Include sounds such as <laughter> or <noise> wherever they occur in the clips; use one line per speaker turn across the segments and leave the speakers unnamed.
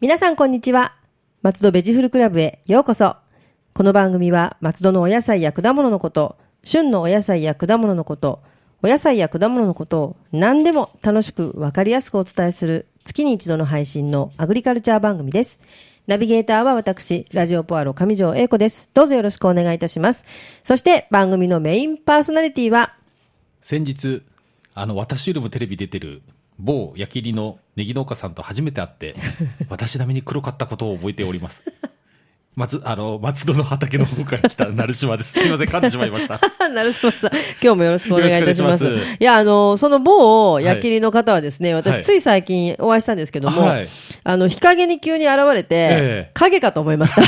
皆さんこんにちは。松戸ベジフルクラブへようこそ。この番組は松戸のお野菜や果物のこと、旬のお野菜や果物のこと、お野菜や果物のことを何でも楽しくわかりやすくお伝えする月に一度の配信のアグリカルチャー番組です。ナビゲーターは私、ラジオポアロ上条英子です。どうぞよろしくお願いいたします。そして番組のメインパーソナリティは、
先日あの私よりもテレビ出てる某焼きりのネギ農家さんと初めて会って
<laughs>
私並みに黒かったことを覚えております松あの松戸の畑の方から来た鳴島
<laughs>
ですすいません噛んでしまいました
なるほどさん、今日もよろしくお願いいたします。
よ
い
ろしくお願いします
や、あの、その某焼きりの方はですね、
は
私
い
つい最近お会いしたんですけども、
はい
あの、日陰に急に現れて、
ええ
影かと思
<laughs>
いました。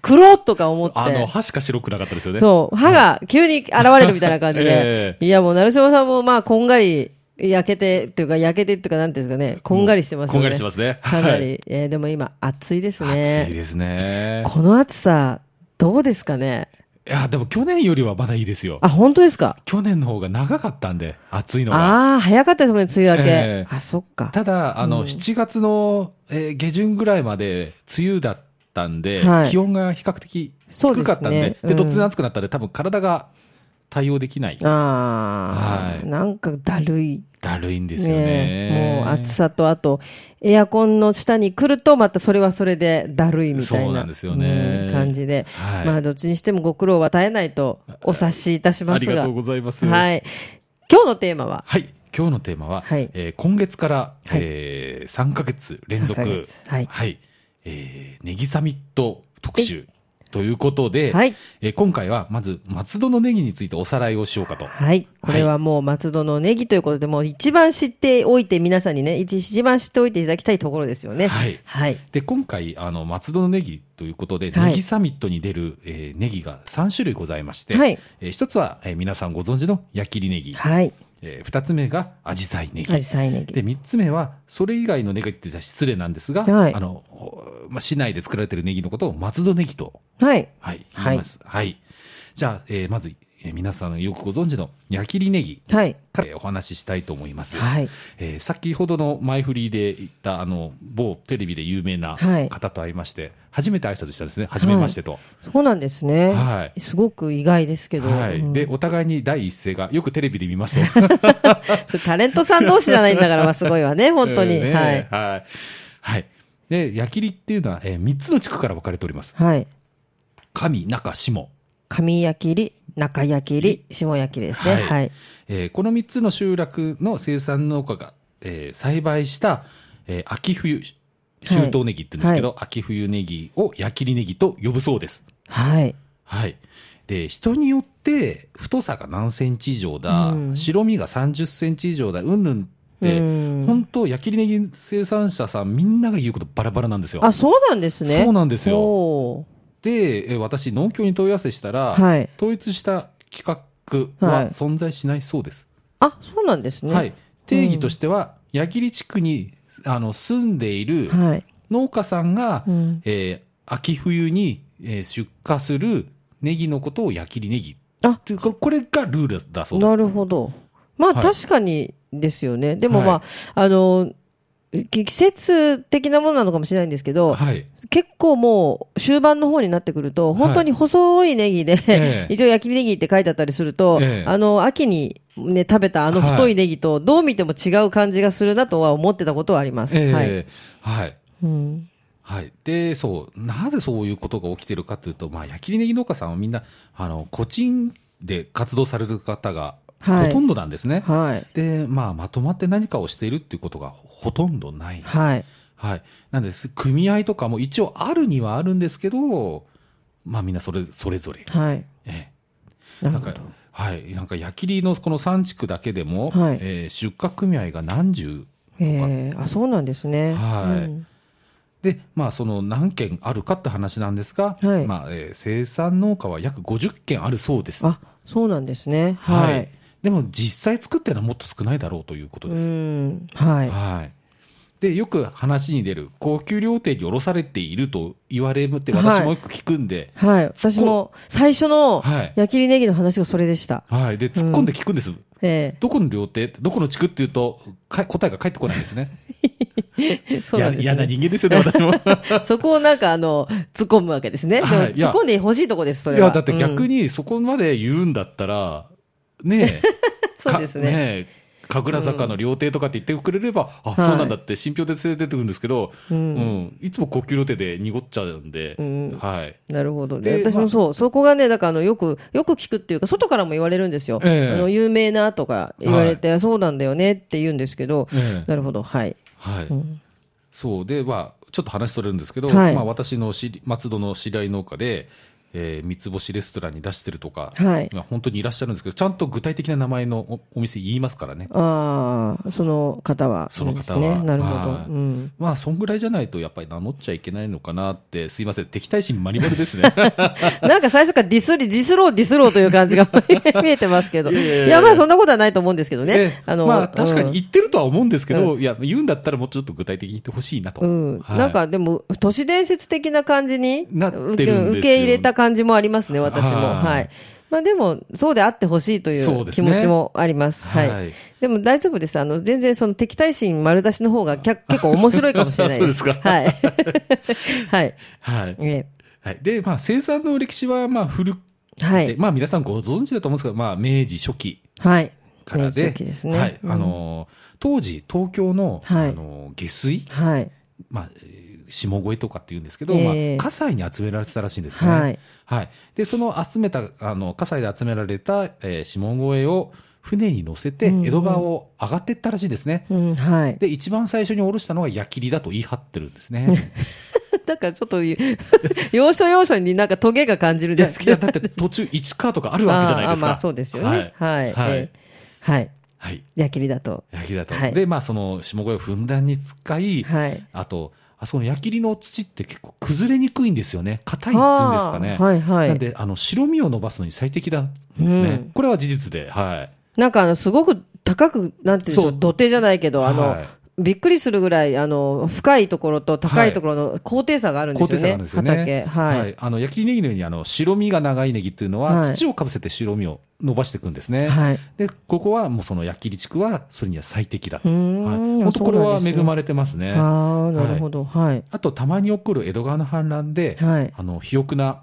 黒っとか思って。
あの歯しか白くなかったですよね
そう、歯が急に現れるみたいな感
<laughs>
じで
え。え
いや、もう、成島さんも、まあ、こんがり、焼けて、というか、焼けてっていうか、なんていうんですかね、こんがりしてます
こ
よね。
んがりしてますね
かなり。
は
えーでも今、暑いですね。
暑いですね
この暑さ、どうですかね。
いやでも去年よりはまだいいですよ
あ、本当ですか
去年の方が長かったんで暑いのが
ああー、早かったですもんね、梅雨明け。
ええ
あ、そっか。
ただあの、7月の、えー下旬ぐらいまで梅雨だったんで、
はい
気温が比較的
そうです
低
ね
かったんでで,、
うん
突然暑くなったんで多分体が対応できない
ああ、
はい
なんかだるい。
だるいんですよね
ねもう暑さと、あと、エアコンの下に来ると、またそれはそれでだるいみたいな
そうなんですよね
うん感じで、
はい
まあ、どっちにしてもご苦労は絶えないとお察しいたしま
あ
す
り
が。
がとうございますはい、
はい。今日のテーマは、
今日のテーマは、
はい
えー今月から、
はい
えー3ヶ月連続
3ヶ月はい
えーネギサミット特集ということで、
はい
えー今回はまず松戸のネギについておさらいをしようかと
はい。これはもう松戸のネギということで、もう一番知っておいて、皆さんにね、一一番知っておいていただきたいところですよね。
はい
はい。
で今回あの松戸のネギということで、
はい
ネギサミットに出る、えーネギが3種類ございまして、
はい
えー一つは、えー皆さんご存知の矢切ネギ、
はい。
えー二つ目がアジサイネギ
アジサイネギ
で。三つ目はそれ以外のネギってじゃ失礼なんですが、
はい
あのおまあ、市内で作られているネギのことを松戸ネギと、
はい。
はい、
はい
言います、はいじゃあ、えーまず、えー皆さんよくご存知の矢切ネギ
はい。
からえーお話ししたいと思います、
はい。
えー先ほどの前振りで言ったあの某テレビで有名な
はい
方と会いまして、初めて挨拶したんですね、初めましてと。
そうなんですね。
はい
すごく意外ですけど。
はい
うん
でお互いに第一声が、よくテレビで見ますと、
それタレントさん同士じゃないんだから、まあすごいわね、 <laughs> 本当
<laughs>
に。
ね
はい。
はいはいで、矢切っていうのは、え3つの地区から分かれております、
はい。
上、中、下、
上焼きり、中焼きり、下焼きりですね。
はい
はい。
えーこの3つの集落の生産農家が、えー栽培した、えー秋冬、秋冬ネギって言うんですけど、秋冬ネギを矢切ネギと呼ぶそうです。
はい。
はい。で、人によって、太さが何センチ以上だ、
うん
白身が30センチ以上だ、うんぬんって、
うん
本当、焼きりネギ生産者さんみんなが言うことバラバラなんですよ。
あ、そうなんですね。
そうなんですよ
よ。
で、え私、農協に問い合わせしたら、
はい
統一した規格
はい
は存在しないそうです。
あ、そうなんですね。
はい。。定義としては、矢切地区にあの住んでいる
はい。
農家さんが、
うん
えー秋冬に、えー出荷するネギのことを矢切ネギ。
あ
というか、これがルールだそうです。
なるほど。まあ、
はい
確かにですよね。でもまあ、
は
あの、き季節的なものなのかもしれないんですけど、
はい。
結構もう終盤の方になってくると、本当に細いネギで、
ええ
<laughs> 一応焼きネギって書いてあったりすると、
ええ
あの、秋にね、食べたあの
はい
太いネギと、どう見ても違う感じがするなとは思ってたことはあります。
えー
はい。
はい。
うん。
はい。で、そう、なぜそういうことが起きてるかというと、まあ、矢切ネギ農家さんはみんな、あの、個人で活動される方が
はい
ほとんどなんですね。
はい。
で、まあ、まとまって何かをしているっていうことがほとんどない。
はい。
はい。なんです、組合とかも一応あるにはあるんですけど、まあ、みんなそれ、それぞれ。
はい。
ええ
なる
なん
ほ
か
ど。、
はい。なんか、矢切のこの3地区だけでも、
はい
えー出荷組合が何十
ええあ、そうなんですね。
はい
うん
で、まあ、その何件あるかって話なんですが、
はい
まあえー生産農家は約50件あるそうです。
あ、そうなんですね。はい。
でも実際作ってるのはもっと少ないだろうということ
う
です。
ん。はい。
はいでよく話に出る高級料亭に卸されていると言われて
はい
私もよく聞くんで、
はい。私も、最初の
はい、
焼きネギの話がそれでした。
はいで突っ込んで聞くんです、
え
どこの料亭ってどこの地区っていうとか答えが返ってこないんですね
え。 <laughs> そうなんです、ね。
や嫌な人間ですよね私も <laughs>
そこをなんかあの、突っ込むわけですね。でも
はいいや
突っ込んでほしいとこです、そ
い
れは。
やだって逆
に。
にそこまで言うんだったらねえ
<laughs> そうですね
かえ神楽坂の料亭とかって言ってくれれば、あ
はい
そうなんだって信憑で連れてってくるんですけど、
う
うん
ん
いつも高級料亭で濁っちゃうんで、
うん
はい
なるほどね。
で
私もそう、そこがね、だからあのよく、よく聞くっていうか、外からも言われるんですよ。
ええ
あの有名なとか言われて、あそうなんだよねって言うんですけど、
ええ
なるほど、はい。
はい、そうで、まあ、ちょっと話それるんですけど、
はい
まあ、私の知り松戸の知り合い農家で、えー三つ星レストランに出してるとか、
はい
まあ本当にいらっしゃるんですけど、ちゃんと具体的な名前のおお店言いますからね、
ああ、その方は、
その方は
ですね、なるほど。
はい
うん。
まあ、そんぐらいじゃないと、やっぱり名乗っちゃいけないのかなって、すいません、敵対心まりまりですね。
なんか最初からディスり、ディスろう、ディスろうという感じが <laughs> 見えてますけど。い
いやいやいや
や、まあそんなことはないと思うんですけ
<laughs>
ど <laughs> ね。
あのまあ、確か
うん
に言ってるとは思うんですけど、いや、言うんだったら、もうちょっと具体的に言ってほしいなと。
うん
はい
なんかでも、都市伝説的な感じに
なってるんですよ
う受け入れた感じもありますね、私も。
はい
はいまあ、でも、そうであってほしいとい
そううです
気
ね
持ちもあります。はい
はい
でも大丈夫です。あの全然その敵対心丸出しの方がきゃ結構面白いかもしれないです。
<laughs> そうです
はい <laughs> はい
はい
ね
はい、で、まあ、生産の歴史はまあ古くて、
はい
まあ、皆さんご存知だと思うんですけど、まあ、明治初期
はい
からで
明治期ですね
はい
うん
あのー当時、東京の,、
はい
あのー下水、
はい
まあ、えー下越えとかっていうんですけど、
ええ
まあ、西に集められてたらしいんですね。
はい
はいでその集めたあの西で集められた、えー下越えを船に乗せて
うんうん
江戸川を上がっていったらしいんですね。
うんはい
で一番最初に下ろしたのが矢切だと言い張ってるんですね。
<laughs> なんかちょっと <laughs> 要所要所になんかトゲが感じるん
いや
<laughs> です
い
け
や
ど
だって途中市川とかあるわけじゃないですか。
あーあーまあそうですよねは
はい。
いえーはい
はい
やきりだと
焼きだと、
はい
でまあその下越をふんだんに使い、
はい
あとあそこの焼きりの土って結構崩れにくいんですよね硬いっていうんですかね、
あーはいはい
なんであの白身を伸ばすのに最適なんですね、
うん
これは事実ではい
なんかあの、すごく高く、なんていうんでしょ
そ
う、
う
土手じゃないけど、あの、
はい
びっくりするぐらい、あの、深いところと高いところの高低差があるんで
高
す
低差
よ
があ
ね。
るんですよね
畑。はい。
あの焼きりネギのようにあの白身が長いネギっていうのは、
はい
土をかぶせて白身を伸ばしていくんですね、
はい。
でここはもうその焼きり地区はそれには最適だ
う
と、
ー
はい、
ん
本当これは恵ま
れ
れてますね
ああ、なるほど。はい。
あとたまに起こる江戸川の氾濫で、
はい。
あの肥沃な、あ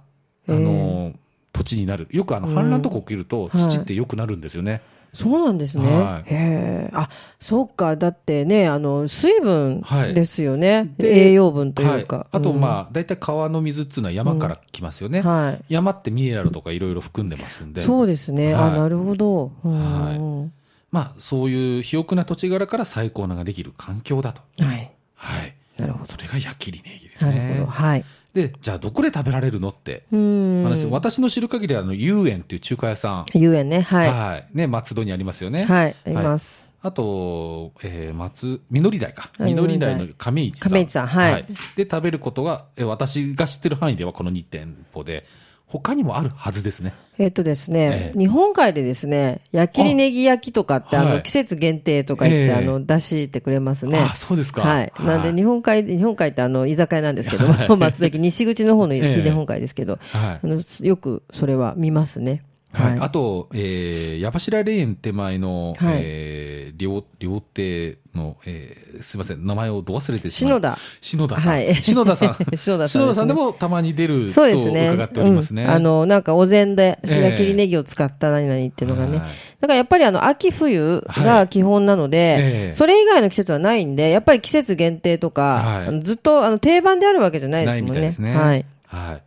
ええ
の土地になる、よくあの
うん
氾濫とか起きると、
はい
土ってよくなるんですよね。
そうなんですね。
はい
へえ。あ、そうか。だってね、あの、水分
はい
ですよね。
で
栄養分というか。
はいあと、
あ、
まあ、大体川の水っていうのは山から来ますよね。
はい。
山ってミネラルとかいろいろ含んでますんで、
そうですね。
は
あ、
い
なるほど。うーん
はまあ、そういう肥沃な土地柄から最高のができる環境だと。
はい。
はい。
なるほ
それが矢切ネギです
ど。なるほ
ね
ど。。はい。
で、じゃあ、どこで食べられるのって
うーん。
話、私の知る限り、あの、遊園っていう中華屋さん、
遊園ね。はい。
ね、松戸にありますよね。
はい、あります。
あと、えー、松、実り台か。
はい
実り台の亀市さん。
亀市さんはい
で、食べることが、えー私が知ってる範囲ではこの2店舗で、他にもあるはずですね。
えっとですね
え、え
日本海でですね、焼きりネギ焼きとかって、
あ
あの、
はい
季節限定とか言
え
って、
え
あの、出してくれますね。
あ、そうですか。
はい。なんで、日本海、日本海ってあの、居酒屋なんですけど、
はい
<laughs> 松戸駅西口の方
<laughs>
の
ええ
日本海ですけど、
はい
あ。の、よくそれは見ますね。
はい、あと、えー、矢柱霊園手前の、
はい
えー、料料亭の、えー、すみません、名前をど忘れてしまい
篠田。
篠田さん。
はい
篠田さん。
<laughs> 篠田さんですね
篠田さんでもたまに出ると
そうですね。
伺っておりますね。
うんあの、なんかお膳で
ええ
焼きりネギを使った何々っていうのがね。
はい
だからやっぱりあの、秋冬
は
が
い
基本なので、
ええ
それ以外の季節はないんで、やっぱり季節限定とか、
はい
あのずっとあの定番であるわけじゃないで
な
す
いみ
もん
た
ね。
いですね。
はい。。
はい。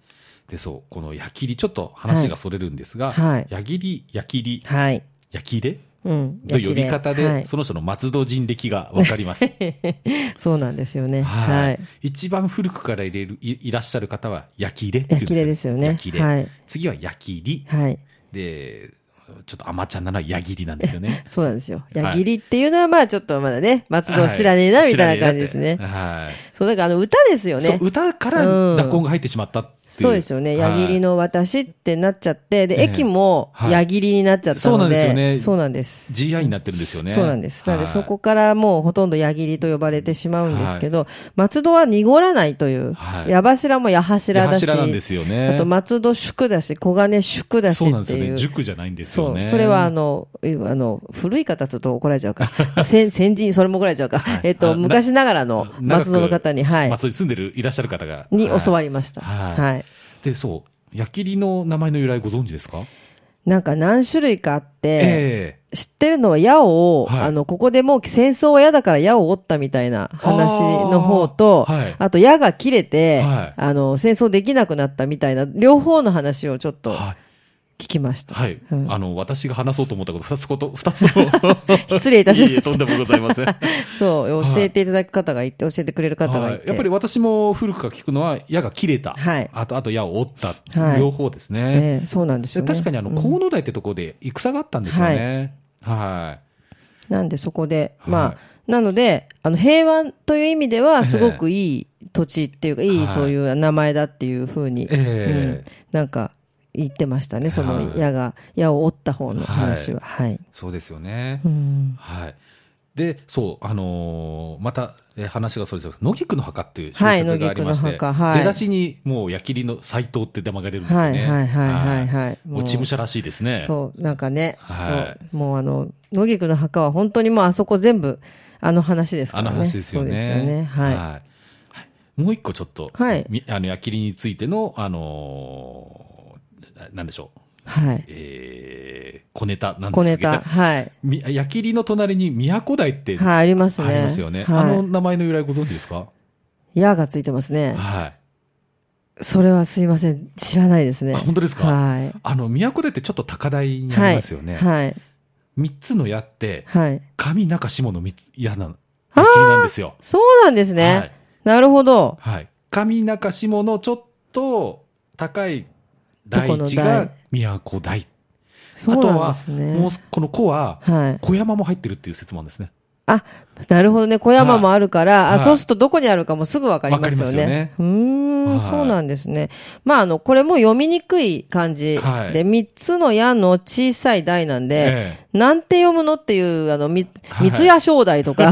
で、そう、この矢切、ちょっと話がそれるんですが、
はい
矢切、矢切、
はい。
矢切れ
うん。
の呼び方で、
はい
その人の松戸人歴がわかります。
そうなんですよね。
は
はいい。。
一番古くから入れるいいらっしゃる方は、矢切れっていうん
焼きれですよね
矢切れ
はい
次は矢切。
はい。。
で、ちょっと甘ちゃんなのは矢切なんですよね
そうなんですよ。
はい
矢切りっていうのは、まあちょっとまだね、松戸を知らねえな、
はい
みたいな感じですね。
知らねえなってはい。
そう、だからあの歌ですよね
そう。歌から
うん
濁音が入ってしまったっ
そうですよね。矢切
の
の私ってなっちゃって、で、
ええ
駅も
はい
矢切になっちゃったの
そうなんですよ
で、
ね
そうなんです。
GI になってるんですよね。
そうなんです。なので、
はい
そこからもうほとんど矢切と呼ばれてしまうんですけど、松戸は濁らないという、
はい
矢柱も矢柱だし、
矢柱なんですよね
あと松戸宿だし、小金宿だし
そうなん
っ
で
て
すよ
いう。
ね。塾じゃないんです
そ
よ
う、
ね。
それはあの、いあの、古い方ちょっと怒られちゃうか。 <laughs> 先、先人、それも怒られちゃうか。えっ
あ
と、
な
昔ながらの
長く
松戸の方に、はい、
松戸に住んでる、いらっしゃる方が。
に教わ
り。
りました。
はい
はい
で、そう。矢切の名前の由来ご存知ですか
なんか何種類かあって、
え
知ってるのは矢を、
はい
あの、ここでもう戦争は矢だから矢を折ったみたいな話の方と、
あーはい
あと矢が切れて、
はい
あの、戦争できなくなったみたいな、両方の話をちょっ
え
と
はい。
聞きました。
はい、
うん。
あの、私が話そうと思ったこと、二つこと、二つを
<laughs> 失礼いたしました
ええとんでもございません。
<laughs> そう、
はい
教えていただく方がいて、教えてくれる方がい
は
て。
いやっぱり私も古くから聞くのは、矢が切れた。
はい
あと、あと矢を折った。
はい
両方ですね。
ええそうなんですよ、ね。
確かにあの、
うん
河野台ってところで戦があったんですよね。は
なんでそこで、
はい
まあ、なので、あの、平和という意味では、すごくいい土地っていうか、い
はい
いそういう名前だっていうふうに、
ええ
うんなんか言ってましたね、そ
は
の
い
矢が、矢を折った方の話は。はい。
い。そうですよね。
うん
はい。で、そう、あのーまた、えー話がそれです野菊の墓っていう小
はい
説がありまして、
野菊の墓はい
出だしにもう矢切の斎藤って玉が出るんです
は
よ
い
ね。
はいはいはい
は
はい。
い落ち武者らしいですね。
そう、なんかね、
はい
そう、もうあの、野菊の墓は本当にもうあそこ全部、あの話ですか
あ
らね。
の話ですよね。
そうですよね。はい。
はいもう一個ちょっと、
はい
みあの、矢切についての、あのーななんでしょう。
はい。
えー、小ネタなん
小
です
ネ
けど
タ。、はい。
み矢切の隣に都台って
はい、
あ
ありますね。
りますよね。
はい、
あの名前の由来ご存知ですか
矢がついてますね。
はい。
それはすいません。知らないですね。
あ本当ですか
はい。
あの、都台ってちょっと高台にあ
はい。
りますよね。
はい。
三つの矢って、
はい。
上中下の三つ矢なの、矢切なんですよ。
そうなんですね。
はい
なるほど。
はい。上中下のちょっと高い大地
ど
が
こ
都台。
そうなんですね。
あとは、もうこの子は、
はい。
小山も入ってるっていう説もあるんですね。
あ、なるほどね。小山もあるから、
はい
あ、
はい
そうするとどこにあるかもすぐわかりますよ
わかりますよ
ね
ね。
うー
は
ん、
い
そうなんですね。まあ、あの、これも読みにくい漢字
はい
で、三つの矢の小さい台なんで、
ええ
なんて読むのっていう、あの、み
はい
三ツ矢正代
<laughs>
とか、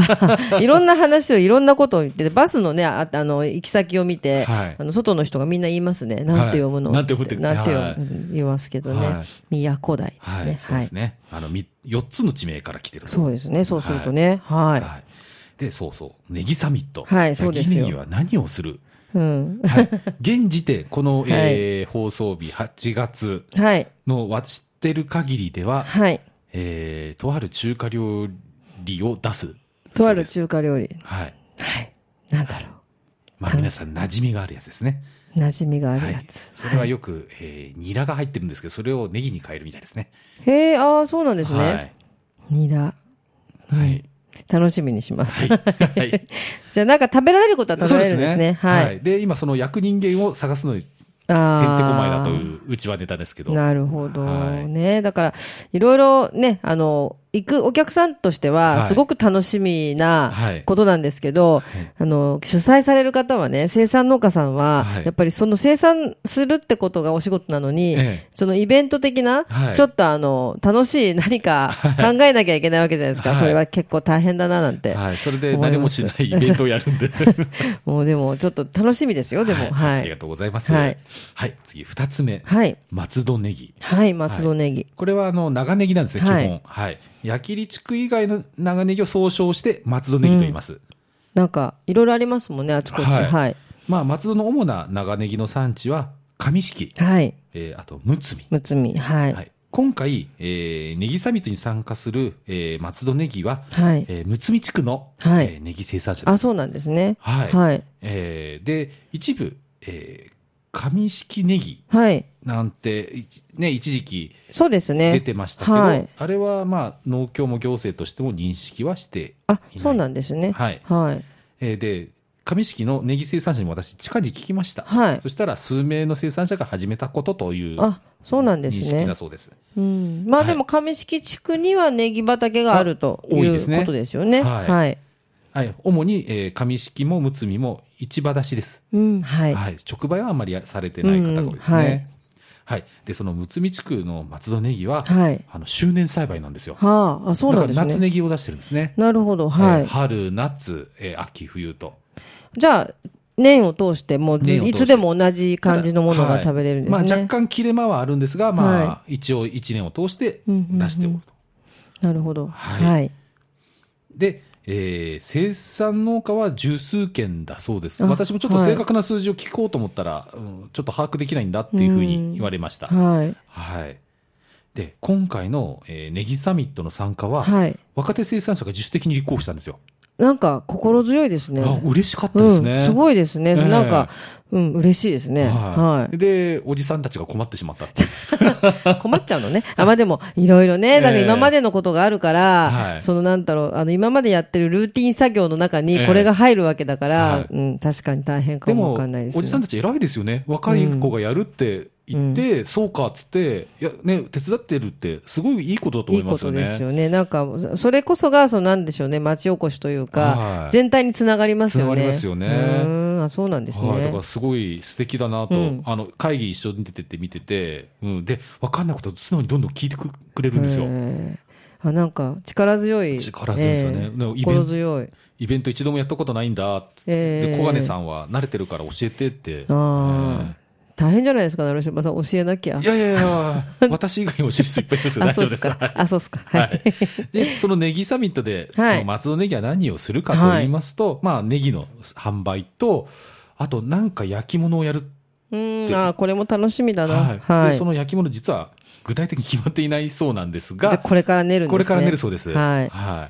いろんな話をいろんなことを言ってて、バスのね、ああの、行き先を見て、
はい
あの、外の人がみんな言いますね。なんて読むの、
はいなんて読むって
なんて読む
はい
言いますけどね。
はい
都台
はい、
です
そう
ね。は
で
い
す。ね。あの、み、四つの地名から来てる。
そうですね。そうするとね。はい。
はい。で、そうそう。ネギサミット。
はいそうですよ
ネギは何をする
うん。
はい。現時点、こ
<laughs>
の、えー放送日8月
はい。
のわ知ってる限りでは、
はい。
えー、とある中華料理を出す。
とある
そうです
中華料理。
はい。
はい。なんだろ
まあ皆さん馴染みがあるやつですね。
う。馴染みがあ
は
るや
い。
つ。
それはよく、えー、ニラが入ってるんですけど、それをネギに変えるみたいですね。
へえ、ああ、そうなんです
は
ね。
い。
ニラ。
はい。
楽しみにします。
はい。
<laughs> じゃあなんか食べられることは食べられるんですね。
は、
はいい。
で、今その役人間を探すのに、てんて
あ
こ
ー
まいだという、うちはネタですけど。
なるほど
はい
ね。だから、いろいろね、あの、行くお客さんとしては、
はい
すごく楽しみな
はい
ことなんですけど、あの、主催される方はね、生産農家さんは、
はい
やっぱりその生産するってことがお仕事なのに、
ええ
そのイベント的な、
はい
ちょっとあの、楽しい何か考えなきゃいけないわけじゃないですか。
はい
それは結構大変だななんて。
はい。
<laughs>
それで何もしないイベントをやるんで。
もうでも、ちょっと楽しみですよ、でも。は
ありが
い。
とうございます。
は
はいい。次、二つ目。
はい。
松戸ネギ。
はい、松戸ネギ。
これはあの、長ネギなんですね、基
はい
本。はい。矢切地区以外の長ネギを総称して、松戸ネギと言います。
なんか、いろいろありますもんね、あちこち。
はい
はい。
まあ、松戸の主な長ネギの産地は、上敷、
はい。
えーあと、むつみ。
むつみ。はい。
はい。今回、えーネギサミットに参加する、えー松戸ネギは、
はい。
えー、むつみ地区の、
はい
えーネギ生産者で
あ、
す。
そうなんですね。
はい
はい。
えーで、一部、えー上式ネギ
はい。
なんて、いちね、一時期
そうですね。
出てましたけど、
はい
あれは、まあ、農協も行政としても認識はして、
あ、そうなんですね。
はい
はい。
えーで、上式のネギ生産者に私、近に聞きました。
はい
そしたら、数名の生産者が始めたことという認
あ、そうなんです
識
ね
だ。そうです。
うん。まあ
はい
でも、上敷地区にはネギ畑があるという
あ多いですね
ことですよね。
はい
はい。
はい、主に、えー上式もむつみも市場出しです。
うん、はい。
はい、直売はあんまりされてない方が多いですね。
うんうんは
はいいでその睦見地区の松戸ネギは、
はい
あの周年栽培なんですよ。
はあ、あ、そうなんで
だから
す
夏
ね。
ネギを出してるんですね。
なるほど、は
えー
い。
春、夏、えー秋、冬と。
じゃあ、年を通して、もうず
年を通し
い
て
つでも同じ感じのも
た
の
だは
が
い
食べれるんですね。
まあ、若干切れ間はあるんですが、まあ
は
一応1年を通して
うんうんうん
出しておると。
なるほど。
はい
はい。
で、えー生産農家は十数件だそうです。
あ
私もちょっと
はい
正確な数字を聞こうと思ったら、うんちょっと把握できないんだっていうふうに言われました。
はい。
はい。で、今回の、えーネギサミットの参加は、
はい。
若手生産者が自主的に立候補したんですよ。
なんか、心強いですね。
あ嬉しかったですね。
うん、すごいですね。
ええ
なんか、うん、嬉しいですね。
は
はいい。
で、おじさんたちが困ってしまったっていう
困っちゃうのね。あ、まあでも、いろいろね、だから
ええ
今までのことがあるから、
はい
そのなんだろう、あの、今までやってるルーティン作業の中
え
に
え
これが入るわけだから、
はい
うん、確かに大変か
で
も
も、
わかんないですね。
おじさんたち偉いですよね。若い子がやるって言って、そうかっつって、いや、ね、手伝ってるって、すごいいいことだと思いますよね。
いいことですよね。なんか、それこそが、そのなんでしょうね、町おこしというか
は、い
全体につながりますよ
つな
ね。
がりますよね
うーん、あ、そうなんですね。
はい、だからすごい素敵だなと、
うん
あの会議一緒に出てて見てて、うん、で分かんないことを素直にどんどん聞いてくくれるんですよ、
へーあ、なんか、力強い。
力強いですよね
ええ
でもイベント
心強い。
イベント一度もやったことないんだっつって、
ええ
で小金さんは慣れてるから教えてって、
ああ
え、
大変じゃないですか、成島さん、教えなきゃ。
えいやいやい
<laughs>
や私以外に教える人いっぱいいますよ
あ、
大
そ
丈夫
うで
ですす
か
はい。
あ、そうですか。は。
はいい、でそのネギサミットで、
はい
松戸ネギは何をするかと言いますと、まあ、ネギの販売とあとなんか焼き物をやる
うーん、あー、これも楽しみだな。
はい
は
で
い
そ。の焼き物実は具体的に決まっていないそうなんです
じゃあ
が
これから練るんですね。
これから寝るそうです。
はい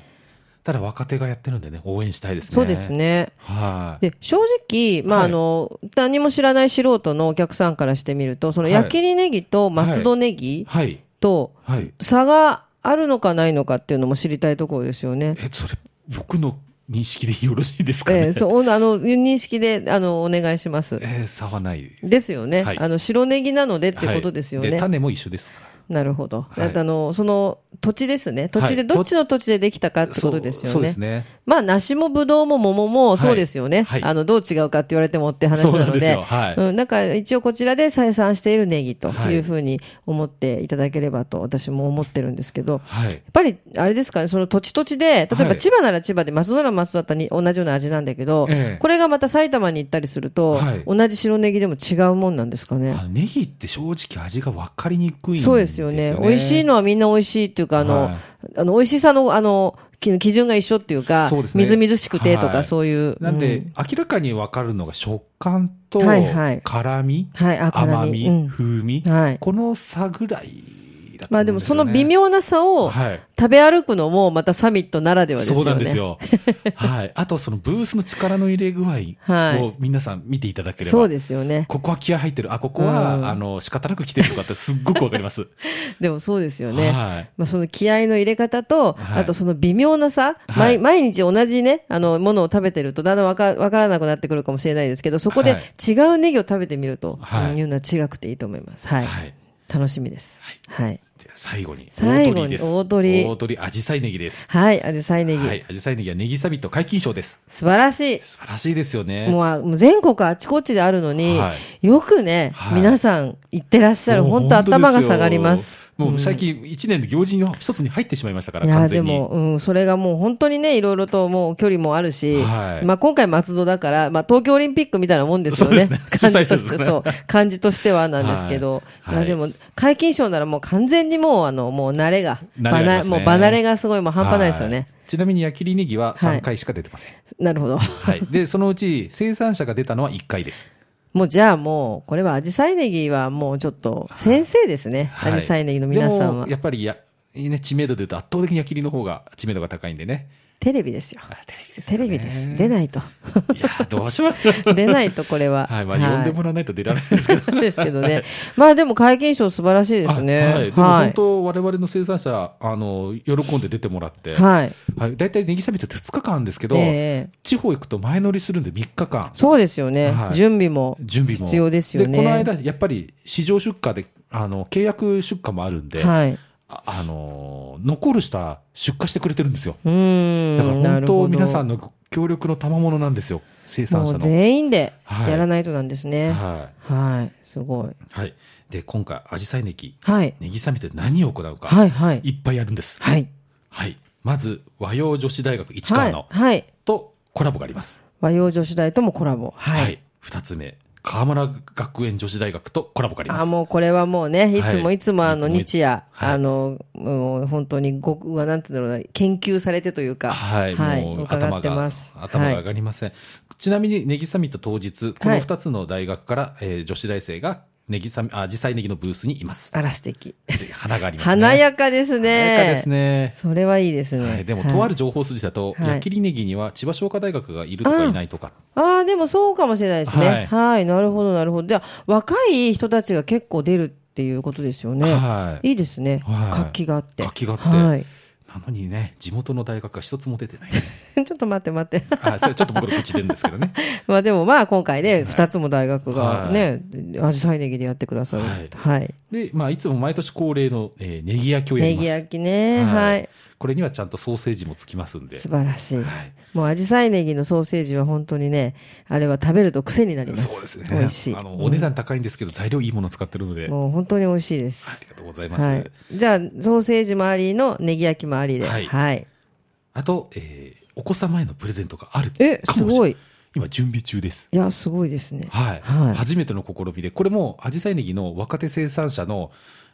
ただ若手がやってるんでね、応援したいですね。
そうです。ね。
はい。
で正直、まあ
はい
あの何も知らない素人のお客さんからしてみるとその
はい
焼きりネギと松戸ネギ
はい。
と
はい。
差があるのかないのかっていうのも知りたいところですよね。
え、それ、僕の認識でよろしいですかね。
ええそうあの認識であのお願いします。
<laughs> えー差はない。
ですよね、
はい
あの白ネギなのでっていうこと
はい
ですよね。
種も一緒ですから。
なるほど、
はい
あのその土地ですね、土地
は
で
い
どっちの土地でできたかって
そ
こ
う
とですよね。
そうですね。
まあ、梨もぶどうも桃もそうですよね、
はいはい
あのどう違うかって言われてもって話な
そ
ので、
うなんですよはい
うんなんか一応こちらで採算しているネギと
はいいう
ふうに思っていただければと私も思ってるんですけど。
はい。
やっぱり、あれですかね、その土地土地で、例え
は
ば
い
千葉なら千葉で、松戸なら松戸だったらに同じような味なんだけど、
ええ
これがまた埼玉に行ったりすると、
はい
同じ白ネギでも違うもんなんですかね。
あのネギって正直味が分かりにくいんですよね。
そうですよね。美味しいのはみんな美味しいっていうか、あの、
はい
あの、美味しさの、あの、き基準が一緒っていうか、
そうですね
みずみずしくてとか、
はい
そういう。
なん
う
で、明らかに分かるのが食感と、
はいはい
辛み、
はいあ辛み
甘み、
うん
風味、
はい
この差ぐらいだと思うんですよね
まあでも、その微妙な差を
はい。
食べ歩くのも、またサミットならではですよね。
そうなんです。よ。はい。あと、そのブースの力の入れ具
はい
合を皆さん見ていただければ。
そうですよね。
ここは気合入ってる。あ、ここ
うん
は、あの、仕方なく来てるとかってすっごくわかります。
でもそうですよね。
はい。
まあ、その気合の入れ方と、
はい
あとその微妙な
は
差、
い
毎毎日同じね、あの、ものを食べてると、だんだんわかわからなくなってくるかもしれないですけど、そこで
はい
違うネギを食べてみると、
はい
うんいうのは違くていいと思います。はい。
はい。
楽しみです。はい。
で最後に、
最後に大
大
鳥
鳥です。大鳥、アジサイネギです。
はい、アジサイネギ。
はい。アジサイネギはネギサミット解禁賞です。
素晴らし
素晴らしいですよ
い。
ね。
もうあもう全国あちこちであるのに、
は
よくね、
はい
皆さん行ってらっしゃる、
もう
本当頭が下がり
本
ます。
当ですよもう最近、一年の行事の一つに入ってしまいましたから、
いや
完
で
全に。
も、うん、それがもう本当にね、いろいろともう距離もあるし、
はい
まあ、今回、松戸だから、まあ、東京オリンピックみたいなもんですよね、
そうですね
感じと
主催者で
し
す
て
ね
そう感じとしてはなんですけど、
はい
い
は
や
い
でも、解禁賞ならもう完全にもう、あのもう慣れが、
慣れがありますね
もう離れがすごい、もう半端ないですよね、
はい。ちなみに、焼きりネギは3回しか出てません。
なるほど、
はい。で、そのうち生産者が出たのは1回です。
もうじゃあもう、これはアジサイネギはもうちょっと、先生ですね、
はい
アジサイネギの皆さん
で
は
も、やっぱりや、ね、知名度で言うと圧倒的に焼きりの方が知名度が高いんでね。
テレビですよ、
あテレビです、
テレビです、出な
<laughs>
いと、
いや、どうしよう。
出ないと、これは。
はい。まあ、呼んでもらわないと出られないですけど。
ですけど <laughs> ね。まあでも解禁賞素晴らしいですね。
あはい。でも
は
本
い。
当、我々の生産者、あの、喜んで出てもらって。い。
はい。
はい。大体ネギサミットって2日間ですけど、
ええ
地方行くと前乗りするんで3日間。
そうですよね。
はい
準備も。
準備も
必要ですよね
この間、やっぱり市場出荷で、あの契約出荷もあるんで、
はい。
ああのー残るした出荷してくれてるんですよ。
うーん。
だから
な
本
るほ
当、
ど
皆さんの協力の賜物なんですよ生産
も
者
う
の
全員で
はい
やらないとなんですね。はい。
は
すごい。
い、はい、で今回アジサイネギ
はい。
ネギサミットで何を行うか、
はい、はい。
い、っぱいあるんです
はい。はい。
はいまず和洋女子大学市川の
はい。
とコラボがあります
和洋女子大ともコラボ。はい。
はい、二つ目川村学園女子大学とコラボがあります
あもうこれはもうね、いつも
はい
いつもあの
いつもいつ
日夜、
はい
あの、もう本当にごく、なんていうんだろうな、研究されてというか、
はい、もう
伺
頭
って
が
ます。
頭が
は
上
い、
がりません、ちなみにネギサミット当日この
はい
2つの大学から、えー女子大生がネギサミあ実際ネギのブースにい
<laughs>
ます
あら素敵。
で花がありますね
華やかですね。
華やかですね
それはいいですね。
はい、でも、
はい
とある情報筋だと、
はい
矢切ネギには千葉商科大学がいるとかいないとか、
ああ、でもそうかもしれないですね。は、
はいい
なるほど、なるほど。じゃあ、若い人たちが結構出るっていうことですよね。
はい
いいですね。
はい
活気があって。
活気があって
はい。 <laughs>
なのにね地元の大学が一つも出てない
ちょっと待って待って。
あそれちょっと僕の口出るんですけどね
<laughs> まあでもまあ今回ね、二つも大学が
はい
ね、アジサイネギでやってくださる。
はい
はい。
で、まあ、いつも毎年恒例の、えーネギ焼きをや
ネ
りま
ギ
す
焼きね。はい。
これにはちゃんとソーセージもつきますんで
素晴らしい。
はい
もうアジサイネギのソーセージは本当にね、あれは食べると癖になります。
そうですね。
美味しい。
あのお値段高いんですけど、材料いいもの使ってるので、
もう本当に美味しいです。
ありがとうございます。
はい。じゃあ、ソーセージもありのネギ焼きもありで。は。
はいいあと、えーお子様へのプレゼントがあるかもしれ
え
ない、。
すごい。い
今準備中です。
や、すごいですね。
はい。
はい
初めての試みで、これも、アジサイネギの若手生産者の、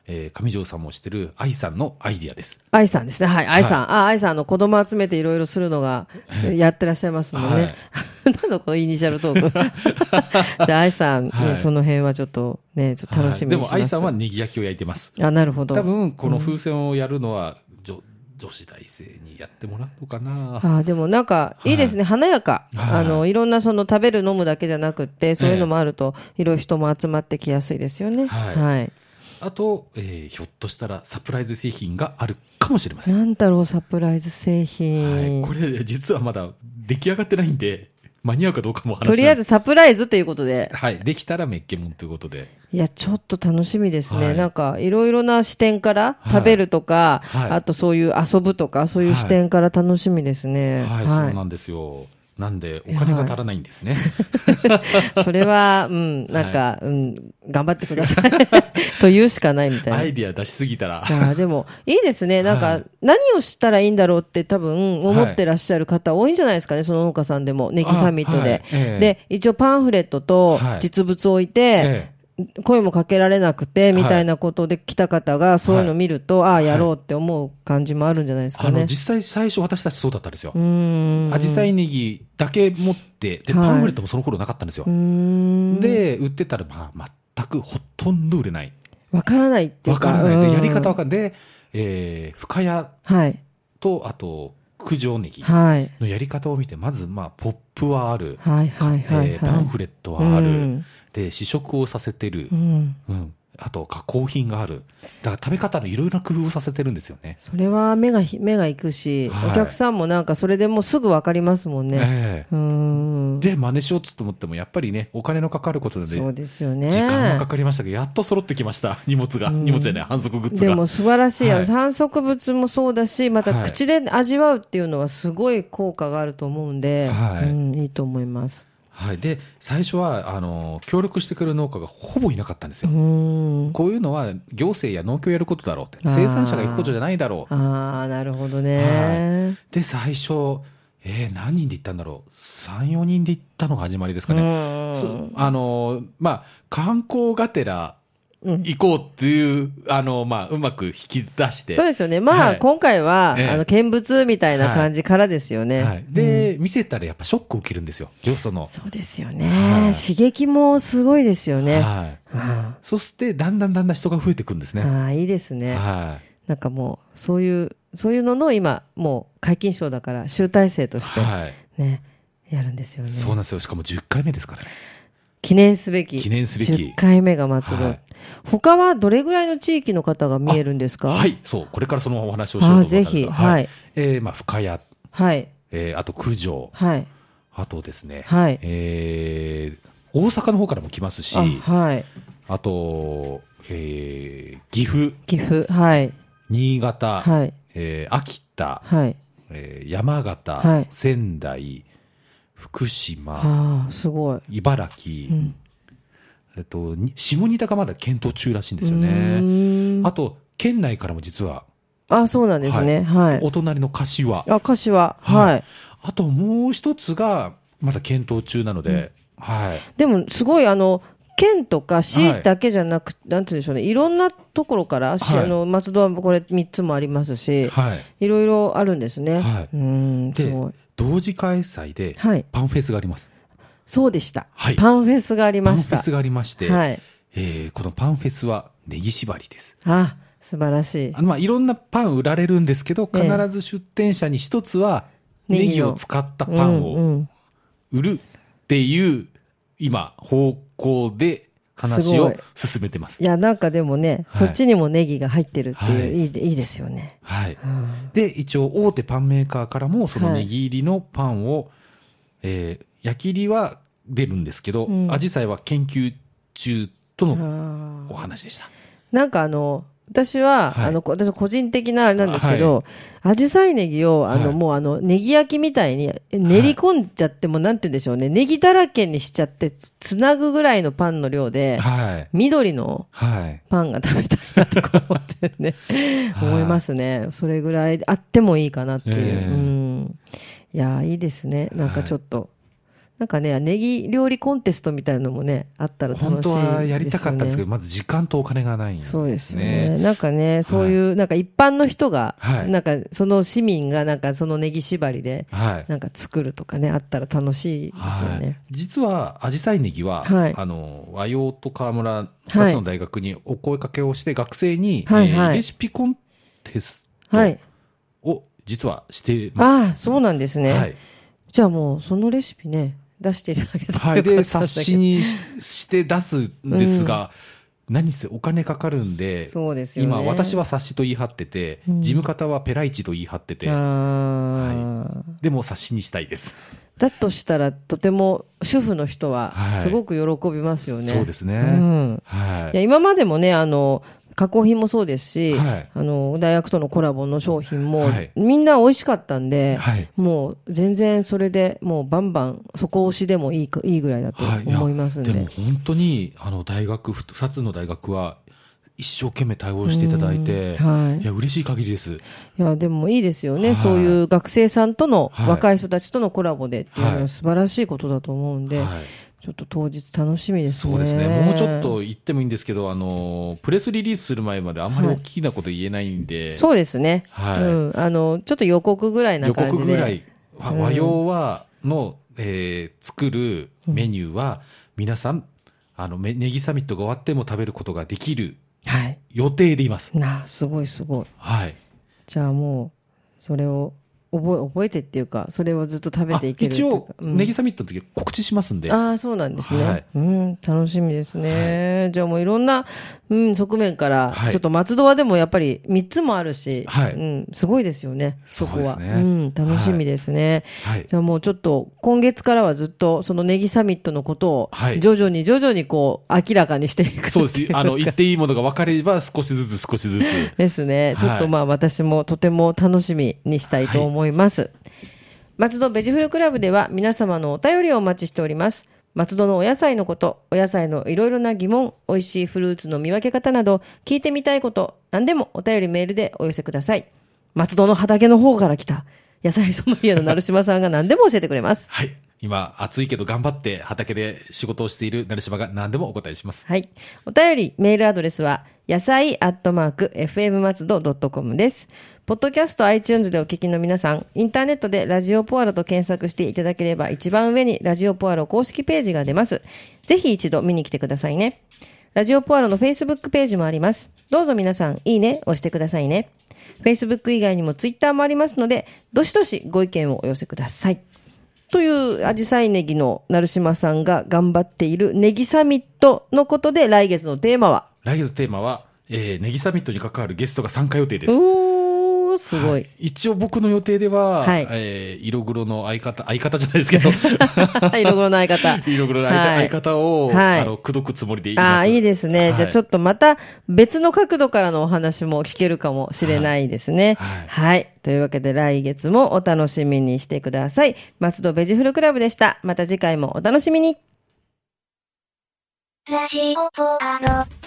えー上条さんもしてる愛さんのアイディアです。
愛さんですね。はい。愛さん。あ、愛さん、あの、子供集めていろいろするのが、やってらっしゃいますもんね。 <laughs> なんだこのイニシャルトー
<laughs>
ク。じゃあ、愛さん、ね
はい
その辺はちょっとね、ちょっと楽しみ
はいで
にし
も、
ます。
愛さんはネギ焼きを焼いてます。
あ、なるほど。
多分、この風船をやるのは、女女子大生にやってもらうのかな。
あーでもなんか、いいですね、華やか、
はい
あの、いろんなその食べる、飲むだけじゃなくって、そういうのもあると、いろいろ人も集まってきやすいですよね。
はい
はい
あと、えーひょっとしたらサプライズ製品があるかもしれません。
なんだろう、サプライズ製
はい、
品。
これ実はまだ出来上がってないんで間に合うかどうかも話して
とりあえずサプライズということで。
はいできたらメッケモンということで
いや、ちょっと楽しみですね。
はい
なんか、いろいろな視点から、
はい
食べるとか、
はい
あとそういう遊ぶとか、そういう視点から楽しみですね。
はい、そうなんですよなんでお金が足らないんですね、
<laughs> それは、うん、なんか、うん、頑張ってください。 <laughs> というしかないみたいな。
<laughs> アイディア出しすぎたら
いやでも、いいですね。なんか、
はい
何をしたらいいんだろうって多分、思ってらっしゃる方多いんじゃないですかね、その農家さんでも、ネギサミットで。
あはいええ
で、一応パンフレットと
はい
実物を置いて、
え
声もかけられなくて、みたいなことで来た方が、そういうの見ると、ああ、やろうって思う感じもあるんじゃないです
あ
かね。
の実際最初私たちそうだったんですよ
うーん。
アジサイネギだけ持ってで
はい
パンフレットもその頃なかったんですよ、
うーん
で売ってたらまあ全くほとんど売れない
わからないっていう
わか
か。
らない
うん
でやり方わかんないで、えー深谷
はい。
とあと九条ネギ
はい。
のやり方を見てまずまあポップはある、
はいはいはい、はい
えーパンフレットはある、
うん
で試食をさせてる
う、ん。
うん、あと加工品があるだから食べ方のいろいろな工夫をさせてるんですよね。
それは目がひ、目が行くし、
はい
お客さんもなんかそれでもうすぐわかりますもんね。
え
うー
え
ん。
で真似しようと思ってもやっぱりねお金のかかることで
そ
時
うですよね。
間はかかりましたけどやっと揃ってきました <laughs> 荷物が荷物じゃない反則グッズ
で
が
も。素晴らしい。あの
はい
産足物もそうだし、また
はい
口で味わうっていうのはすごい効果があると思うんで、
はい
うん、いいと思います。
はい、で最初はあの協力してくれる農家がほぼいなかったんです
う
よ。
ーん。
こういうのは行政や農協やることだろうって
あー
生産者が行くことじゃないだろう
ああ、なるほどね。
で最初、えー何人で行ったんだろう34人で行ったのが始まりです
う
かね、そ
ん。
あのーまあ観光がてら
うん
行こうっていう、あのーまあうまく引き出して
そうですよね。まあ、
はい
今回は、
ええ
あの、見物みたいな感じからですよね。
はい、で、見せたらやっぱショックを受けるんですよよその、
そうですよね、
はい
刺激もすごいですよね。
はい、
あ
そしてだんだんだんだん人が増えてくんですね、
あ、いいですね。
はい
なんかもう、そういう、そういうのの今、もう解禁賞だから、集大成として、
はい
ね、やるんですよね。
そうなんですよしかも10回目ですからね
記念すべき。
記念すべき
10回目が松戸、
はい
他はどれぐらいの地域の方が見えるんですか
はいそうこれからそのお話をしようと思ったんですけど
あーぜひはい
えーまあ、深谷、
はい。
えーあと九条
はい。
あとですね、
はい
えー大阪の方からも来ますし、
あ
あ
はい。
と、えー岐阜、
岐阜。はい。
新潟、
はい。
えー秋田、
はい。
えー山形、
はい
仙台、福島、
ああ、すごい。
茨城、
ん
えっと、に下仁田がまだ検討中らしいんですよ
う
ね。
ーん
あと、県内からも実は、
あ、そうなんですね。はい。
お隣の柏、
あ、歌詞は、
はい
はい。
あともう一つが、まだ検討中なので、はい。
でも、すごい、あの、県とか市だけじゃなく、なんて言うんでしょうね、いろんなところから、し
はい
あの松戸はこれ3つもありますし、
はい。
いろいろあるんですね。
はいう
ーん、す
で
ごい。、
同時開催で、
はい。
パンフェスがあります。
そうでした。
はい
パンフェスがあり
パ
ま
ンフ
し
ェ
た。
スがありまして、
はい。
えーこのパンフェスはネギ縛りです。
あ、素晴らしい
あ。のまあ、いろんなパン売られるんですけど、
え
必
え
ず出店者に一つは、
ネギを
ネギを使ったパン
う
を
んうん
売るっていう、今、方向で話を進めてます
い。や、なんかでもね、
はい
そっちにもネギが入ってるっていう、
はい
い、いでいいですよね。
はい。
うん
で、一応、大手パンメーカーからも、そのネギ入りのパンを、えー焼き入りは出るんですけど、
ん
アジサイは研究中との
あ
お
ー
話でした。
なんかあの、私は、
はい
あの、こ私個人的なあれなんですけど、アジサイネギを、あの、
はい
もうあの、ネギ焼きみたいに練り込んじゃって、もうなんて言うんでしょうね、ネギだらけにしちゃって、つつなぐぐらいのパンの量で、
はい。
緑の
はい。
パンが食べたいなとか思ってね、
<laughs> はい
思いますね。それぐらいあってもいいかなっていう。
ええ
うん。いやー、いいですね。なんかちょっと。なんかね、ネギ料理コンテストみたいなのもね、あったら楽しいですよ
本
ね。
当はやりたかったんですけど、まず時間とお金がないんですね。
そうですよね。なんかね、そういう、なんか一般の人が、
はい
なんかその市民がなんかそのネギ縛りで、
はい。
なんか作るとかね、あったら楽しいですよ
はい
ね。、
実は、アジサイネギは、
はい
あの和洋と川村2つの大学にお声かけをして、学生に、
はい
えー
はい
レシピコンテス
はい。
トを実はしてます。
ああ、そうなんですね。 <laughs>
はい
じゃあもう、そのレシピね、出していただけたら
はい、
よかったん
で
だけど
冊子にしして出すんですが、何せお金かかるんで
そうですよね。
今私は冊子と言い張ってて、
うん
事務方はペライチと言い張ってて、
あー、
でも冊子にしたいです、
だとしたら、とても主婦の人は
は、い
すごく喜びますよね。
そうですね、
うん。
はい
いや、今までもね、あの、加工品もそうですし、
はい
あの、大学とのコラボの商品も、
はい
みんな美味しかったんで、
はい
もう全然それでもうバンバン、そこ押しでもいいかいいぐらいだと
はい、や
思いますんで。
でも本当にあの大学2つの大学は一生懸命対応していただいて、
うんはい
いや嬉しい限りです
いや、でもいいですよね、
はい
そういう学生さんとの、
はい
若い人たちとのコラボでっていうの
は
はい素晴らしいことだと思うんで、
はい
ちょっと当日楽しみですね。
そうですね、もうちょっと言ってもいいんですけど、あのプレスリリースする前まであんまり大きなこと言えないんで、
そうですね。
はい
うん。あの、ちょっと予告ぐらいな
予
感じ
告
で。
ぐらい、わ
うん
和洋はの、えー作るメニューは、皆さんあの、めネギサミットが終わっても食べることができる
はい。
予定でいます。
なあ、すごいすごい。
はい、
じゃあもう、それを覚え、覚えてっていうか、それをずっと食べ
あ
ていけるって
一
いうか
応、
うん
ネギサミットの時は告知しますんで、
ああ、そうなんですね。
はい
うん、楽しみですね。じゃあもういろんな、うん、側面から、
はい
ちょっと松戸はでもやっぱり3つもあるし、
はい
うん、すごいですよね、そこは。
そうですね
ん、楽しみですね。
はい
じゃあもうちょっと、今月からはずっと、そのネギサミットのことを
は、い
徐々に徐々にこう、明らかにしていく。
そうです。あの、言っていいものが分かれば少しずつ少しずつ。
ですね。
はい
ちょっとまあ私もとても楽しみにしたいと思います。松戸ベジフルクラブでは皆様のお便りをお待ちしております。松戸のお野菜のこと、お野菜のいろいろな疑問、美味しいフルーツの見分け方など、聞いてみたいこと、何でもお便りメールでお寄せください。松戸の畑の方から来た、野菜ソムリエの成島さんが何でも教えてくれます。
はい。今、暑いけど頑張って畑で仕事をしている成島が何でもお答えします。
はい。お便り、メールアドレスは、野菜アットマーク、fm 松戸 .com です。ポッドキャスト、iTunes でお聞きの皆さん、インターネットでラジオポアロと検索していただければ、一番上にラジオポアロ公式ページが出ます。ぜひ一度見に来てくださいね。ラジオポアロの Facebook ページもあります。どうぞ皆さん、いいね、押してくださいね。Facebook 以外にも Twitter もありますので、どしどしご意見をお寄せください。というアジサイネギの成島さんが頑張っているネギサミットのことで来月のテーマは
来月のテーマは、えーネギサミットに関わるゲストが参加予定です。
おょすご。
はい一応僕の予定では、
はい
えー色黒の相方、相方じゃないですけど、
<laughs> 色黒の相方。
<laughs> 色黒の相,、
はい
方を、
はい
あの、口説くつもりでいます。
ああ、いいですね。じゃあちょっ
と。
とまた別の角度からのお話も聞けるかもしれないですね。
はいはい
はい。というわけで来月もお楽しみにしてください。松戸ベジフルクラブでした。また次回もお楽しみに。
ラジオポアド。